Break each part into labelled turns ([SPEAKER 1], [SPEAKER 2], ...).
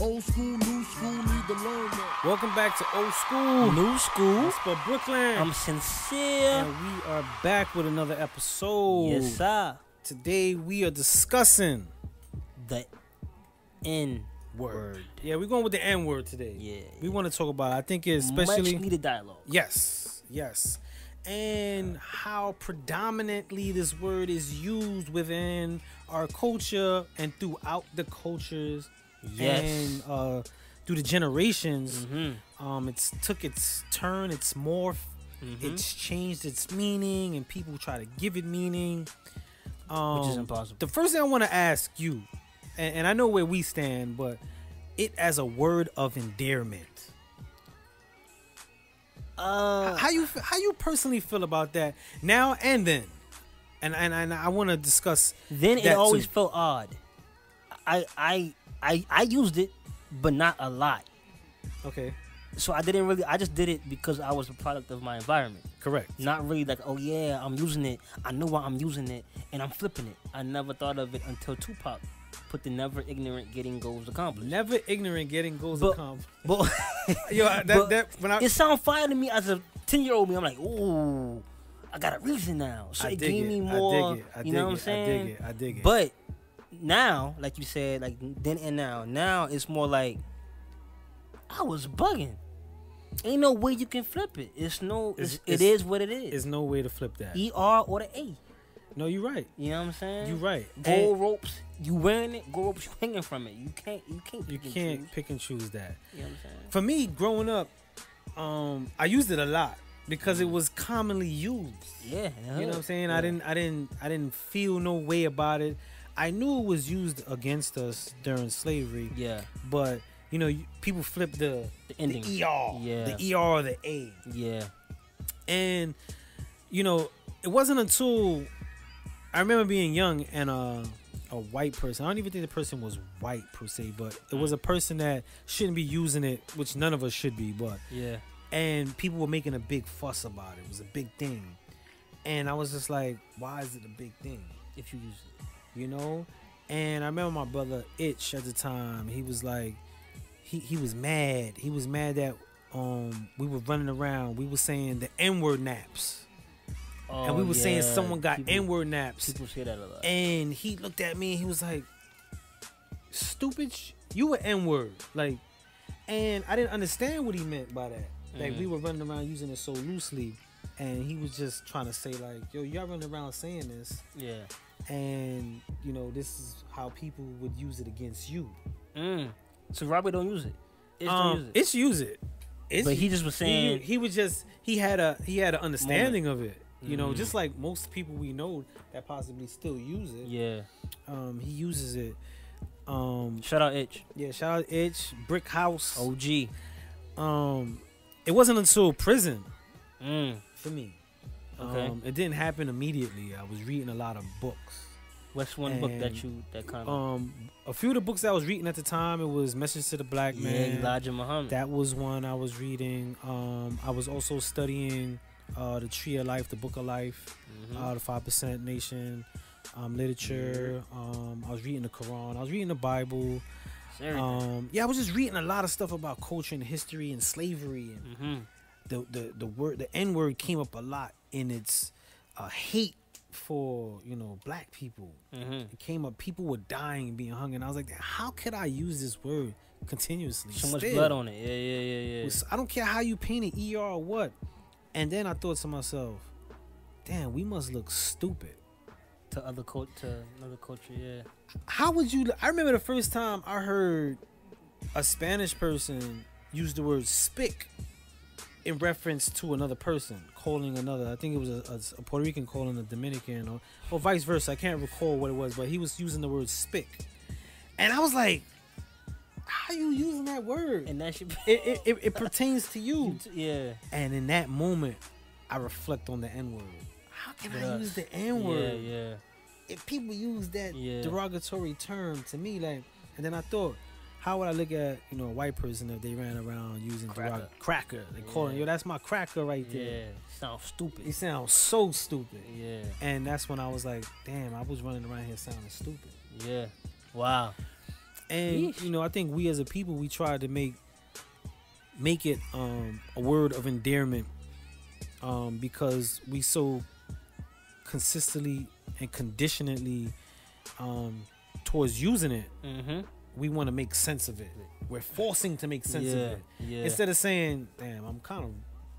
[SPEAKER 1] Old school, new school, need to learn that.
[SPEAKER 2] Welcome back to Old School.
[SPEAKER 3] New school.
[SPEAKER 2] It's for Brooklyn.
[SPEAKER 3] I'm sincere.
[SPEAKER 2] and we are back with another episode.
[SPEAKER 3] Yes, sir.
[SPEAKER 2] Today we are discussing.
[SPEAKER 3] The N word.
[SPEAKER 2] Yeah, we're going with the N word today.
[SPEAKER 3] Yeah,
[SPEAKER 2] We want to talk about. it. I think it's especially
[SPEAKER 3] Much needed dialogue.
[SPEAKER 2] yes, yes, and how predominantly this word is used within our culture and throughout the cultures
[SPEAKER 3] Yes.
[SPEAKER 2] and uh, through the generations.
[SPEAKER 3] Mhm.
[SPEAKER 2] Um, it's took its turn. It's morphed.
[SPEAKER 3] Mm-hmm.
[SPEAKER 2] It's changed its meaning, and people try to give it meaning. Um,
[SPEAKER 3] Which is impossible.
[SPEAKER 2] The first thing I want to ask you, and, and I know where we stand, but it as a word of endearment.
[SPEAKER 3] Uh,
[SPEAKER 2] How you fe- how you personally feel about that now and then, and and, and I want to discuss.
[SPEAKER 3] then it
[SPEAKER 2] that
[SPEAKER 3] always
[SPEAKER 2] too.
[SPEAKER 3] felt odd. I, I I I used it, but not a lot.
[SPEAKER 2] okay,
[SPEAKER 3] So I didn't really. I just did it because I was a product of my environment.
[SPEAKER 2] correct.
[SPEAKER 3] Not really like, oh yeah, I'm using it. I know why I'm using it, and I'm flipping it. I never thought of it until Tupac put the "never ignorant getting goals accomplished."
[SPEAKER 2] Never ignorant getting goals
[SPEAKER 3] But-
[SPEAKER 2] accomplished.
[SPEAKER 3] But
[SPEAKER 2] Yo, that,
[SPEAKER 3] but
[SPEAKER 2] that when I
[SPEAKER 3] it sound fire to me as a ten year old me. I'm like, ooh, I got a reason now. So
[SPEAKER 2] I
[SPEAKER 3] it
[SPEAKER 2] dig
[SPEAKER 3] gave
[SPEAKER 2] it.
[SPEAKER 3] me
[SPEAKER 2] I dig
[SPEAKER 3] more.
[SPEAKER 2] it. I
[SPEAKER 3] you know
[SPEAKER 2] dig
[SPEAKER 3] what I'm
[SPEAKER 2] it. I dig
[SPEAKER 3] saying?
[SPEAKER 2] it. I dig it.
[SPEAKER 3] But now, like you said, like then and now, now it's more like I was bugging. Ain't no way you can flip it. It's no.
[SPEAKER 2] It's-
[SPEAKER 3] It's,
[SPEAKER 2] it's-
[SPEAKER 3] it is what it is.
[SPEAKER 2] there's no way to flip that.
[SPEAKER 3] E R or the A.
[SPEAKER 2] No, you're right.
[SPEAKER 3] You know what I'm saying?
[SPEAKER 2] You're right.
[SPEAKER 3] Gold
[SPEAKER 2] And
[SPEAKER 3] ropes. You wearing it? Gold ropes. You hanging from it. You can't. You can't.
[SPEAKER 2] you
[SPEAKER 3] pick and
[SPEAKER 2] can't
[SPEAKER 3] choose.
[SPEAKER 2] pick and choose that.
[SPEAKER 3] You know what I'm saying?
[SPEAKER 2] For me, growing up, um, I used it a lot because
[SPEAKER 3] Mm.
[SPEAKER 2] it was commonly used.
[SPEAKER 3] Yeah. in the
[SPEAKER 2] You know
[SPEAKER 3] hood.
[SPEAKER 2] what I'm saying?
[SPEAKER 3] Yeah.
[SPEAKER 2] I didn't I didn't I didn't feel no way about it. I knew it was used against us during slavery,
[SPEAKER 3] Yeah.
[SPEAKER 2] but you know, you, people flip the
[SPEAKER 3] The
[SPEAKER 2] the
[SPEAKER 3] ending.
[SPEAKER 2] ER,
[SPEAKER 3] Yeah.
[SPEAKER 2] the ER or the A.
[SPEAKER 3] Yeah.
[SPEAKER 2] And you know, it wasn't until I remember being young and uh a white person. I don't even think the person was white per se, but it
[SPEAKER 3] Mm.
[SPEAKER 2] was a person that shouldn't be using it, which none of us should be, but
[SPEAKER 3] Yeah.
[SPEAKER 2] and people were making a big fuss about it. It was a big thing. And I was just like, why is it a big thing?
[SPEAKER 3] If you use it.
[SPEAKER 2] You know? And I remember my brother Itch at the time, he was like he he was mad. He was mad that um we were running around. We were saying the N-word naps.
[SPEAKER 3] Oh,
[SPEAKER 2] and we were saying
[SPEAKER 3] yeah.
[SPEAKER 2] someone got
[SPEAKER 3] People-
[SPEAKER 2] N-word naps.
[SPEAKER 3] People say that a lot.
[SPEAKER 2] And he looked at me and he was like, stupid, sh- you were N word. Like, and I didn't understand what he meant by that. Like,
[SPEAKER 3] Mm-hmm.
[SPEAKER 2] we were running around using it so loosely. And he was just trying to say, like, yo, y'all running around saying this.
[SPEAKER 3] yeah.
[SPEAKER 2] And, you know, this is how people would use it against you.
[SPEAKER 3] Mm. So Robert don't use it. It's don't use it.
[SPEAKER 2] it's use Um, it. It's-
[SPEAKER 3] But he just was saying-
[SPEAKER 2] he, he was just he had a he had an understanding of it. You
[SPEAKER 3] Mm-hmm.
[SPEAKER 2] know, just like most people we know that possibly still use it.
[SPEAKER 3] yeah.
[SPEAKER 2] Um, he uses it. Um,
[SPEAKER 3] Shout out Itch.
[SPEAKER 2] Yeah, shout out Itch, Brick House.
[SPEAKER 3] OG.
[SPEAKER 2] Um, it wasn't until prison
[SPEAKER 3] Mm.
[SPEAKER 2] for me.
[SPEAKER 3] Okay.
[SPEAKER 2] Um, it didn't happen immediately. I was reading a lot of books.
[SPEAKER 3] What's one book
[SPEAKER 2] And,
[SPEAKER 3] that you that kind of
[SPEAKER 2] Um, a few of the books I was reading at the time, it was Message to the Black
[SPEAKER 3] yeah
[SPEAKER 2] Man.
[SPEAKER 3] Elijah Muhammad.
[SPEAKER 2] That was one I was reading. Um, I was also studying uh, the Tree of Life, the Book of Life,
[SPEAKER 3] Mhm.
[SPEAKER 2] uh, the Five Percent Nation, um, literature. Um, I was reading the Quran. I was reading the Bible.
[SPEAKER 3] It's everything.
[SPEAKER 2] Um, yeah, I was just reading a lot of stuff about culture and history and slavery and
[SPEAKER 3] Mhm.
[SPEAKER 2] the the the word the N word came up a lot in its uh, hate for you know black people.
[SPEAKER 3] Mhm.
[SPEAKER 2] It came up people were dying and being hung, and I was like, how could I use this word continuously?
[SPEAKER 3] So much
[SPEAKER 2] still?
[SPEAKER 3] blood on it. Yeah, yeah, yeah, yeah.
[SPEAKER 2] I don't care how you paint it, ER or what. And then I thought to myself, damn, we must look stupid.
[SPEAKER 3] to other cult to another culture. Yeah.
[SPEAKER 2] How would you? I remember the first time I heard a Spanish person use the word "spick" in reference to another person calling another. I think it was a, a, a Puerto Rican calling a Dominican, or, or vice versa. I can't recall what it was, but he was using the word "spick," and I was like, "How you using that word?
[SPEAKER 3] And that should be.
[SPEAKER 2] it, it, it, it pertains to you."
[SPEAKER 3] yeah.
[SPEAKER 2] And in that moment, I reflect on the N word. How can I
[SPEAKER 3] Yes.
[SPEAKER 2] use the N word?
[SPEAKER 3] Yeah, yeah.
[SPEAKER 2] if people use that
[SPEAKER 3] Yeah.
[SPEAKER 2] derogatory term to me, like, and then I thought, how would I look at you know a white person if they ran around using cracker?
[SPEAKER 3] Cracker.
[SPEAKER 2] cracker. They calling
[SPEAKER 3] Yeah.
[SPEAKER 2] yo, that's my cracker right there.
[SPEAKER 3] Yeah. Sounds
[SPEAKER 2] It
[SPEAKER 3] stupid.
[SPEAKER 2] sounds so stupid.
[SPEAKER 3] Yeah.
[SPEAKER 2] And that's when I was like, damn, I was running around here sounding stupid.
[SPEAKER 3] Yeah. Wow.
[SPEAKER 2] and
[SPEAKER 3] Yeesh.
[SPEAKER 2] you know i think we as a people we try to make make it um a word of endearment um because we so consistently and conditionally um towards using it
[SPEAKER 3] Mm-hmm.
[SPEAKER 2] we want to make sense of it we're forcing to make sense of
[SPEAKER 3] yeah,
[SPEAKER 2] it
[SPEAKER 3] yeah.
[SPEAKER 2] instead of saying damn i'm kind of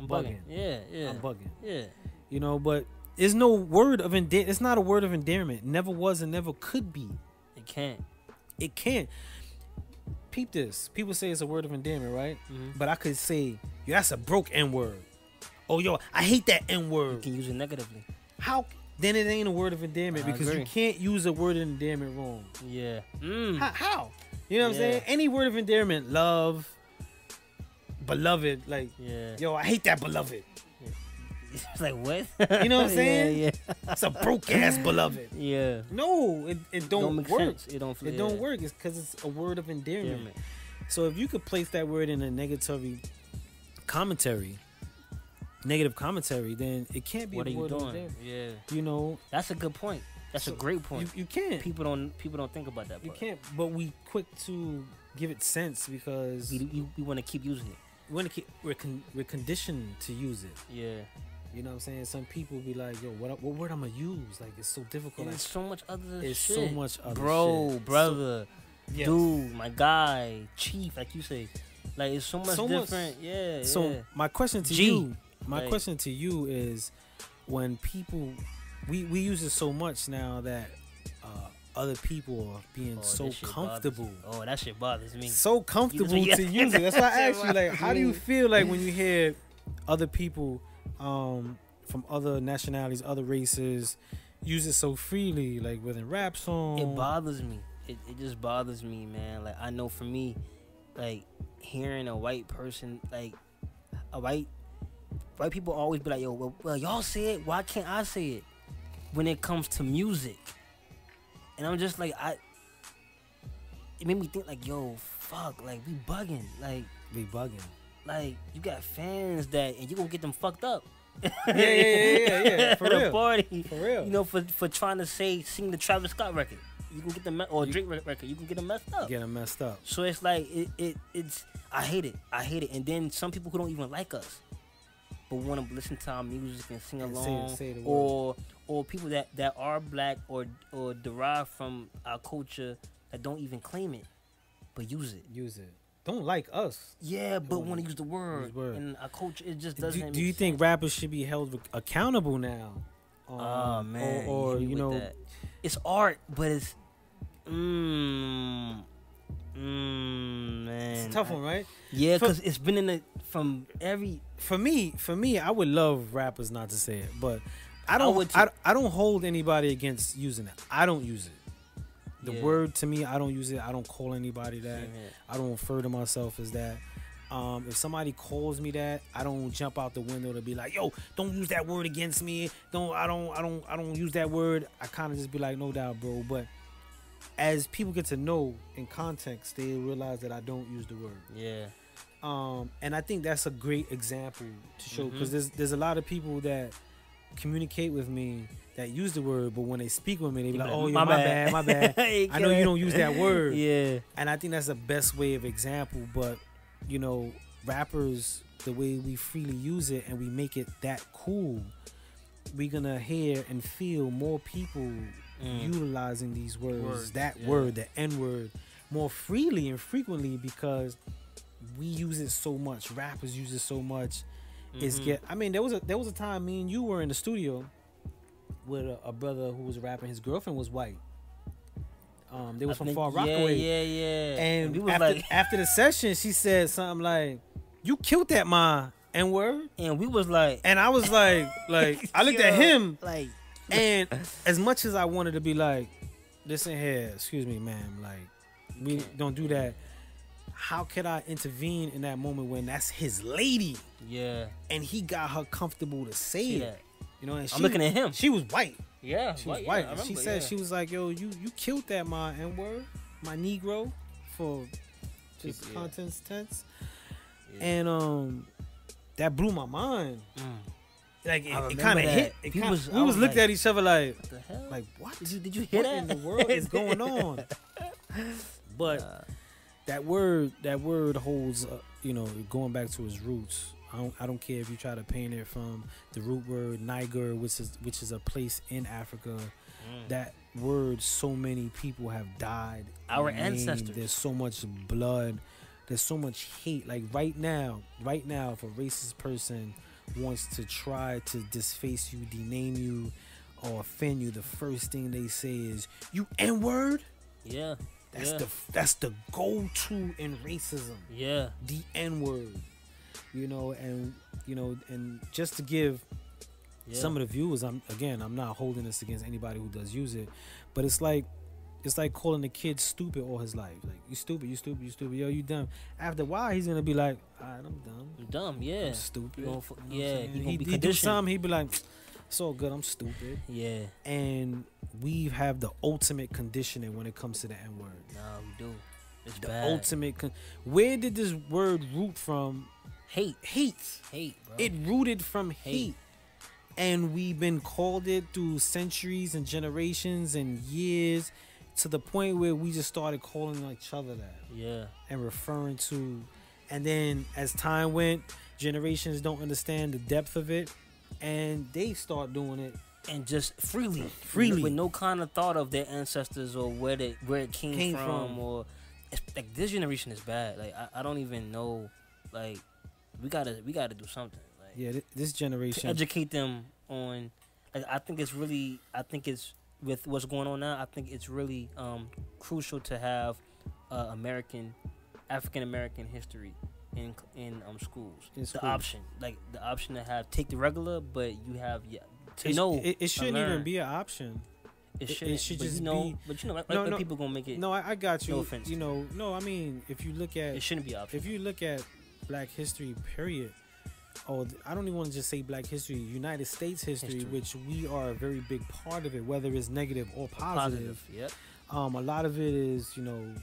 [SPEAKER 3] I'm
[SPEAKER 2] bugging.
[SPEAKER 3] Yeah, yeah.
[SPEAKER 2] i'm bugging
[SPEAKER 3] yeah.
[SPEAKER 2] you know but there's no word of endear it's not a word of endearment never was and never could be
[SPEAKER 3] It can't.
[SPEAKER 2] it can't peep this people say it's a word of endearment right
[SPEAKER 3] Mhm.
[SPEAKER 2] but i could say yo that's a broke n-word oh yo i hate that
[SPEAKER 3] You
[SPEAKER 2] n-word
[SPEAKER 3] can use it negatively.
[SPEAKER 2] how then it ain't a word of endearment
[SPEAKER 3] Mm-hmm. I
[SPEAKER 2] because you
[SPEAKER 3] agree.
[SPEAKER 2] can't use a word of endearment wrong
[SPEAKER 3] Yeah. Mm.
[SPEAKER 2] how, how? you know what i'm
[SPEAKER 3] Yeah.
[SPEAKER 2] saying any word of endearment love beloved like
[SPEAKER 3] Yeah.
[SPEAKER 2] yo i hate that beloved
[SPEAKER 3] It's like what?
[SPEAKER 2] You know what I'm saying?
[SPEAKER 3] Yeah,
[SPEAKER 2] it's a broke ass beloved
[SPEAKER 3] yeah. yeah.
[SPEAKER 2] no it, it don't,
[SPEAKER 3] don't make
[SPEAKER 2] work
[SPEAKER 3] sense. It don't.
[SPEAKER 2] It don't work. It's because it's a word of endearment.
[SPEAKER 3] Endearment.
[SPEAKER 2] So if you could place that word in a negatory commentary, negative commentary, then it can't be
[SPEAKER 3] What
[SPEAKER 2] a
[SPEAKER 3] are you
[SPEAKER 2] word of
[SPEAKER 3] doing?
[SPEAKER 2] endearment.
[SPEAKER 3] Yeah.
[SPEAKER 2] You know,
[SPEAKER 3] That's a good point. That's
[SPEAKER 2] So,
[SPEAKER 3] a great
[SPEAKER 2] you,
[SPEAKER 3] point.
[SPEAKER 2] you can't.
[SPEAKER 3] people don't. People don't think about that.
[SPEAKER 2] you
[SPEAKER 3] Part.
[SPEAKER 2] can't. But we quick to give it sense because
[SPEAKER 3] We,
[SPEAKER 2] we
[SPEAKER 3] we, we want to keep using it.
[SPEAKER 2] want to keep, we're, con, we're conditioned to use it.
[SPEAKER 3] Yeah.
[SPEAKER 2] You know what I'm saying? Some people be like, yo, what, what word I'm going to use? Like, it's so difficult.
[SPEAKER 3] And
[SPEAKER 2] Like,
[SPEAKER 3] it's so much other
[SPEAKER 2] it's
[SPEAKER 3] shit.
[SPEAKER 2] so much other
[SPEAKER 3] Bro,
[SPEAKER 2] shit.
[SPEAKER 3] brother,
[SPEAKER 2] So- yes.
[SPEAKER 3] dude, my guy, chief, like you say. Like, it's so much
[SPEAKER 2] So much-
[SPEAKER 3] different. Yeah.
[SPEAKER 2] So
[SPEAKER 3] yeah.
[SPEAKER 2] my question to
[SPEAKER 3] G.
[SPEAKER 2] you, my
[SPEAKER 3] Like-
[SPEAKER 2] question to you is, when people, we we use it so much now that uh, other people are being
[SPEAKER 3] Oh,
[SPEAKER 2] so
[SPEAKER 3] that shit
[SPEAKER 2] comfortable,
[SPEAKER 3] Bothers. Oh, that shit bothers me.
[SPEAKER 2] so comfortable
[SPEAKER 3] Yeah,
[SPEAKER 2] to use it. That's why I
[SPEAKER 3] that's
[SPEAKER 2] asked you, like,
[SPEAKER 3] what
[SPEAKER 2] how do you
[SPEAKER 3] I
[SPEAKER 2] feel like when you hear other people um, from other nationalities, other races, use it so freely, like within rap songs?
[SPEAKER 3] It bothers me. It, it just bothers me, man. Like I know for me, like hearing a white person, like a white white people always be like, "Yo, well, well y'all say it. Why can't I say it?" When it comes to music, and I'm just like, I. It made me think like, "Yo, fuck, like we bugging, like."
[SPEAKER 2] be bugging.
[SPEAKER 3] Like you got fans that, and you gonna get them fucked up.
[SPEAKER 2] yeah, yeah, yeah, yeah, for
[SPEAKER 3] At a
[SPEAKER 2] real.
[SPEAKER 3] party,
[SPEAKER 2] For real.
[SPEAKER 3] you know, for for trying to say sing the Travis Scott record, you can get them me- or
[SPEAKER 2] You-
[SPEAKER 3] Drake re- record, you can get them messed up.
[SPEAKER 2] Get 'em messed up.
[SPEAKER 3] So it's like it, it it's I hate it, I hate it. And then some people who don't even like us, but want to listen to our music and sing
[SPEAKER 2] And say-
[SPEAKER 3] along,
[SPEAKER 2] say the word.
[SPEAKER 3] or or people that that are black or or derived from our culture that don't even claim it, but use it.
[SPEAKER 2] Use it. Don't like us.
[SPEAKER 3] Yeah, but
[SPEAKER 2] wanna
[SPEAKER 3] want to use the word,
[SPEAKER 2] word.
[SPEAKER 3] and our culture it just
[SPEAKER 2] Do,
[SPEAKER 3] doesn't.
[SPEAKER 2] do you
[SPEAKER 3] make
[SPEAKER 2] think rappers should be held accountable now? Um,
[SPEAKER 3] Oh man,
[SPEAKER 2] or, or,
[SPEAKER 3] hit me
[SPEAKER 2] you
[SPEAKER 3] with
[SPEAKER 2] know,
[SPEAKER 3] that. it's art, but it's mm, mm man,
[SPEAKER 2] it's a tough
[SPEAKER 3] I-
[SPEAKER 2] one, right?
[SPEAKER 3] Yeah,
[SPEAKER 2] For-
[SPEAKER 3] because it's been in the from every
[SPEAKER 2] For me, for me, I would love rappers not to say it, but I don't. I,
[SPEAKER 3] would too.
[SPEAKER 2] I, don't hold anybody against using it. I don't use it. The
[SPEAKER 3] Yeah.
[SPEAKER 2] word to me, I don't use it. I don't call anybody that.
[SPEAKER 3] Same here.
[SPEAKER 2] I don't refer to myself as that. Um, if somebody calls me that, I don't jump out the window to be like, "Yo, don't use that word against me." Don't I don't I don't I don't use that word. I kind of just be like, "No doubt, bro." But as people get to know in context, they realize that I don't use the word.
[SPEAKER 3] yeah,
[SPEAKER 2] Um, and I think that's a great example to show because
[SPEAKER 3] Mhm.
[SPEAKER 2] there's there's a lot of people that communicate with me that use the word, but when they speak with me, they be like, "Oh, yo, my, bad, my bad." I know you don't use that word.
[SPEAKER 3] Yeah,
[SPEAKER 2] and I think that's the best way of example. But you know, rappers, the way we freely use it and we make it that cool, we're gonna hear and feel more people
[SPEAKER 3] Mm.
[SPEAKER 2] utilizing these words,
[SPEAKER 3] Words,
[SPEAKER 2] that
[SPEAKER 3] yeah.
[SPEAKER 2] word, the N word, more freely and frequently because we use it so much. Rappers use it so much. It's
[SPEAKER 3] Mhm.
[SPEAKER 2] get. I mean, there was a there was a time me and you were in the studio with a, a brother who was rapping. His girlfriend was white. Um, they
[SPEAKER 3] I
[SPEAKER 2] was from
[SPEAKER 3] think-
[SPEAKER 2] Far Rockaway.
[SPEAKER 3] Yeah, yeah, yeah.
[SPEAKER 2] And
[SPEAKER 3] we was
[SPEAKER 2] after,
[SPEAKER 3] like,
[SPEAKER 2] after the session, she said something like, "You killed that ma n word,"
[SPEAKER 3] and we was like,
[SPEAKER 2] and I was like, "Like I looked at him,
[SPEAKER 3] like,
[SPEAKER 2] and as much as I wanted to be like, listen here, excuse me, ma'am, like we
[SPEAKER 3] can't.
[SPEAKER 2] don't do that." How could I intervene in that moment when that's his lady
[SPEAKER 3] yeah,
[SPEAKER 2] and he got her comfortable to say
[SPEAKER 3] see
[SPEAKER 2] it?
[SPEAKER 3] that.
[SPEAKER 2] You know, and she,
[SPEAKER 3] I'm looking at him.
[SPEAKER 2] She was white.
[SPEAKER 3] Yeah,
[SPEAKER 2] She was
[SPEAKER 3] yeah, I
[SPEAKER 2] white. and she
[SPEAKER 3] remember,
[SPEAKER 2] said
[SPEAKER 3] yeah.
[SPEAKER 2] she was like, "Yo, you you killed that my n word, my Negro, for just
[SPEAKER 3] People, yeah.
[SPEAKER 2] contents tense."
[SPEAKER 3] Yeah.
[SPEAKER 2] And um, that blew my mind.
[SPEAKER 3] Mm.
[SPEAKER 2] Like it,
[SPEAKER 3] I remember
[SPEAKER 2] kind of
[SPEAKER 3] that.
[SPEAKER 2] hit. It
[SPEAKER 3] We
[SPEAKER 2] kinda,
[SPEAKER 3] was-
[SPEAKER 2] we
[SPEAKER 3] I was
[SPEAKER 2] was looked
[SPEAKER 3] like-
[SPEAKER 2] at each other like,
[SPEAKER 3] What the hell?
[SPEAKER 2] like what?
[SPEAKER 3] Did you, did you hear
[SPEAKER 2] What
[SPEAKER 3] that?
[SPEAKER 2] in the world is going on? But
[SPEAKER 3] Uh,
[SPEAKER 2] that word that word holds uh, you know going back to its roots I don't, I don't care if you try to paint it from the root word niger which is which is a place in africa
[SPEAKER 3] Mm.
[SPEAKER 2] that word so many people have died
[SPEAKER 3] Our
[SPEAKER 2] named.
[SPEAKER 3] ancestors.
[SPEAKER 2] there's so much blood there's so much hate like right now right now if a racist person wants to try to disface you dename you or offend you the first thing they say is you n-word
[SPEAKER 3] Yeah.
[SPEAKER 2] that's
[SPEAKER 3] yeah.
[SPEAKER 2] the that's the go-to in racism.
[SPEAKER 3] yeah.
[SPEAKER 2] The N-word. You know, and you know, and just to give
[SPEAKER 3] Yeah.
[SPEAKER 2] some of the viewers, I'm again, I'm not holding this against anybody who does use it, but it's like it's like calling a kid stupid all his life. Like you stupid, you stupid, you stupid. Yo, you dumb. After a while, he's gonna be like, all right, I'm dumb,
[SPEAKER 3] I'm dumb. Yeah.
[SPEAKER 2] I'm stupid.
[SPEAKER 3] You gonna fu-
[SPEAKER 2] You know what I'm
[SPEAKER 3] yeah,
[SPEAKER 2] saying?
[SPEAKER 3] you gonna
[SPEAKER 2] he,
[SPEAKER 3] be
[SPEAKER 2] he do
[SPEAKER 3] conditioned.
[SPEAKER 2] something, he'd be like, it's all good, I'm stupid.
[SPEAKER 3] Yeah.
[SPEAKER 2] And we have the ultimate conditioning when it comes to the N word.
[SPEAKER 3] Nah, we do. It's
[SPEAKER 2] the
[SPEAKER 3] bad.
[SPEAKER 2] ultimate. Con- Where did this word root from?
[SPEAKER 3] hate.
[SPEAKER 2] Hate.
[SPEAKER 3] Hate, bro.
[SPEAKER 2] It rooted from
[SPEAKER 3] Hate.
[SPEAKER 2] hate. And we've been called it through centuries and generations and years to the point where we just started calling each other that
[SPEAKER 3] yeah.
[SPEAKER 2] and referring to. And then as time went, generations don't understand the depth of it and they start doing it.
[SPEAKER 3] and just freely,
[SPEAKER 2] Freely.
[SPEAKER 3] with no kind of thought of their ancestors or where they where it came,
[SPEAKER 2] Came
[SPEAKER 3] from,
[SPEAKER 2] from.
[SPEAKER 3] or it's, like this generation is bad. Like I, I don't even know. Like we gotta we gotta do something. Like
[SPEAKER 2] Yeah, th- this
[SPEAKER 3] to
[SPEAKER 2] generation.
[SPEAKER 3] educate them on. Like I think it's really I think it's with what's going on now. I think it's really um crucial to have uh, American African American history. In, in um schools,
[SPEAKER 2] In
[SPEAKER 3] the
[SPEAKER 2] schools.
[SPEAKER 3] option like the option to have take the regular, but you have yeah to
[SPEAKER 2] it,
[SPEAKER 3] know
[SPEAKER 2] it, it
[SPEAKER 3] and
[SPEAKER 2] shouldn't
[SPEAKER 3] learn.
[SPEAKER 2] even be an option.
[SPEAKER 3] It
[SPEAKER 2] It- it
[SPEAKER 3] should. It
[SPEAKER 2] should
[SPEAKER 3] but
[SPEAKER 2] just
[SPEAKER 3] you know,
[SPEAKER 2] be-
[SPEAKER 3] But you know, like,
[SPEAKER 2] No,
[SPEAKER 3] like
[SPEAKER 2] no.
[SPEAKER 3] people gonna make it.
[SPEAKER 2] No, I, I got you.
[SPEAKER 3] No offense.
[SPEAKER 2] You know, no, I mean, if you look at
[SPEAKER 3] it shouldn't be an option.
[SPEAKER 2] if you look at black history period or th- i don't even want to just say black history united states history,
[SPEAKER 3] History.
[SPEAKER 2] which we are a very big part of it whether it's negative or positive,
[SPEAKER 3] Positive. Yep.
[SPEAKER 2] um a lot of it is you know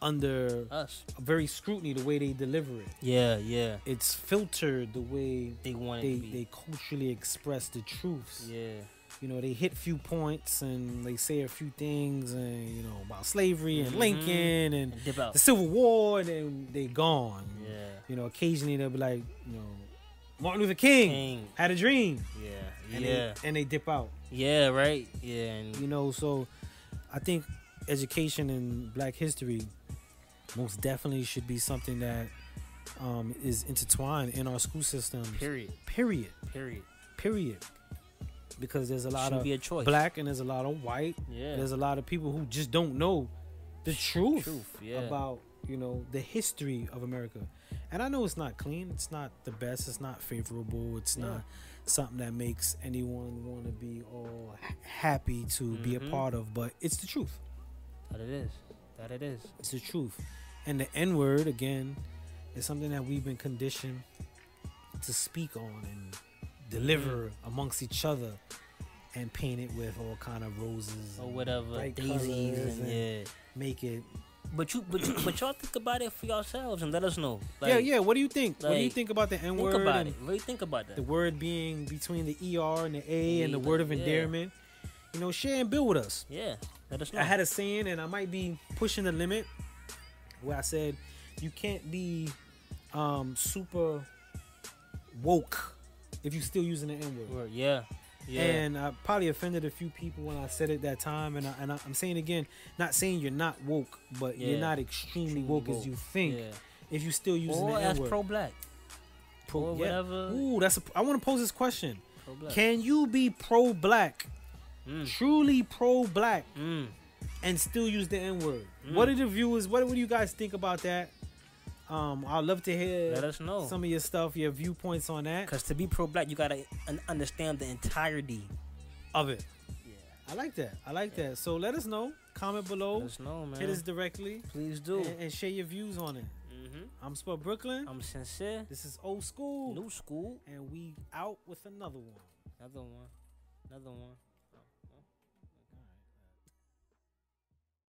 [SPEAKER 2] under
[SPEAKER 3] Us.
[SPEAKER 2] very scrutiny the way they deliver it
[SPEAKER 3] Yeah. Yeah.
[SPEAKER 2] it's filtered the way
[SPEAKER 3] They want it
[SPEAKER 2] they,
[SPEAKER 3] to be.
[SPEAKER 2] they culturally express the truths
[SPEAKER 3] yeah.
[SPEAKER 2] you know they hit few points and they say a few things and you know about slavery and
[SPEAKER 3] Mhm.
[SPEAKER 2] lincoln and
[SPEAKER 3] And dip out.
[SPEAKER 2] the civil war and then they gone
[SPEAKER 3] Yeah.
[SPEAKER 2] you know, occasionally they'll be like, you know, Martin Luther King,
[SPEAKER 3] King.
[SPEAKER 2] had a dream,
[SPEAKER 3] Yeah.
[SPEAKER 2] and
[SPEAKER 3] yeah.
[SPEAKER 2] they, and they dip out.
[SPEAKER 3] yeah. Right. Yeah. And
[SPEAKER 2] You know, so I think education in Black history most definitely should be something that um, is intertwined in our school systems.
[SPEAKER 3] period.
[SPEAKER 2] Period.
[SPEAKER 3] Period.
[SPEAKER 2] Period. Because there's a lot
[SPEAKER 3] Shouldn't
[SPEAKER 2] of
[SPEAKER 3] be a choice.
[SPEAKER 2] black and there's a lot of white.
[SPEAKER 3] Yeah.
[SPEAKER 2] There's a lot of people who just don't know the truth,
[SPEAKER 3] Truth, yeah.
[SPEAKER 2] about you know the history of America. And I know it's not clean. It's not the best. It's not favorable. It's
[SPEAKER 3] Yeah.
[SPEAKER 2] not something that makes anyone want to be all ha- happy to be a
[SPEAKER 3] Mhm.
[SPEAKER 2] part of. But it's the truth.
[SPEAKER 3] that it is. That it is.
[SPEAKER 2] It's the truth. And the N word again is something that we've been conditioned to speak on and deliver
[SPEAKER 3] Mm-hmm.
[SPEAKER 2] amongst each other, and paint it with all kind of roses
[SPEAKER 3] Or
[SPEAKER 2] and
[SPEAKER 3] whatever.
[SPEAKER 2] bright
[SPEAKER 3] daisies
[SPEAKER 2] colors
[SPEAKER 3] and, yeah.
[SPEAKER 2] make it
[SPEAKER 3] But you. But you, but y'all think about it for yourselves and let us know. Like,
[SPEAKER 2] yeah, yeah. What do you think? what do you
[SPEAKER 3] like,
[SPEAKER 2] think about the N
[SPEAKER 3] Think
[SPEAKER 2] word?
[SPEAKER 3] about it. Really think about that.
[SPEAKER 2] The word being between the ER and the A and the
[SPEAKER 3] Yeah,
[SPEAKER 2] word of
[SPEAKER 3] yeah.
[SPEAKER 2] endearment. You know, share and build with us.
[SPEAKER 3] yeah. Let us know.
[SPEAKER 2] I had a saying, and I might be pushing the limit, where I said, you can't be um, super woke if you're still using the N word.
[SPEAKER 3] Word, Yeah. Yeah.
[SPEAKER 2] And I probably offended a few people when I said it that time. And, I, and I, I'm saying again, not saying you're not woke, but you're
[SPEAKER 3] Yeah.
[SPEAKER 2] not extremely
[SPEAKER 3] Extremely
[SPEAKER 2] woke, as
[SPEAKER 3] woke.
[SPEAKER 2] you think
[SPEAKER 3] Yeah.
[SPEAKER 2] if you're still using
[SPEAKER 3] Or
[SPEAKER 2] the N
[SPEAKER 3] as
[SPEAKER 2] word.
[SPEAKER 3] pro black.
[SPEAKER 2] Pro-
[SPEAKER 3] or
[SPEAKER 2] yeah.
[SPEAKER 3] whatever.
[SPEAKER 2] Ooh, that's a, I want to pose this question.
[SPEAKER 3] Pro black.
[SPEAKER 2] Can you be pro black,
[SPEAKER 3] Mm.
[SPEAKER 2] truly pro black,
[SPEAKER 3] Mm.
[SPEAKER 2] and still use the N word?
[SPEAKER 3] Hmm.
[SPEAKER 2] What do the viewers? What, what do you guys think about that? Um, I'd love to hear
[SPEAKER 3] Let us know.
[SPEAKER 2] some of your stuff, your viewpoints on that
[SPEAKER 3] Because to be pro black, you gotta un- understand the entirety.
[SPEAKER 2] of it.
[SPEAKER 3] Yeah.
[SPEAKER 2] I like that. I like that. So let us know. Comment
[SPEAKER 3] Let
[SPEAKER 2] below.
[SPEAKER 3] us know, man.
[SPEAKER 2] Hit us directly
[SPEAKER 3] Please do.
[SPEAKER 2] and, and share your views on it.
[SPEAKER 3] hmm
[SPEAKER 2] I'm Spud Brooklyn.
[SPEAKER 3] I'm sincere.
[SPEAKER 2] this is old school,
[SPEAKER 3] New school.
[SPEAKER 2] and we out with another one.
[SPEAKER 3] Another one. Another one.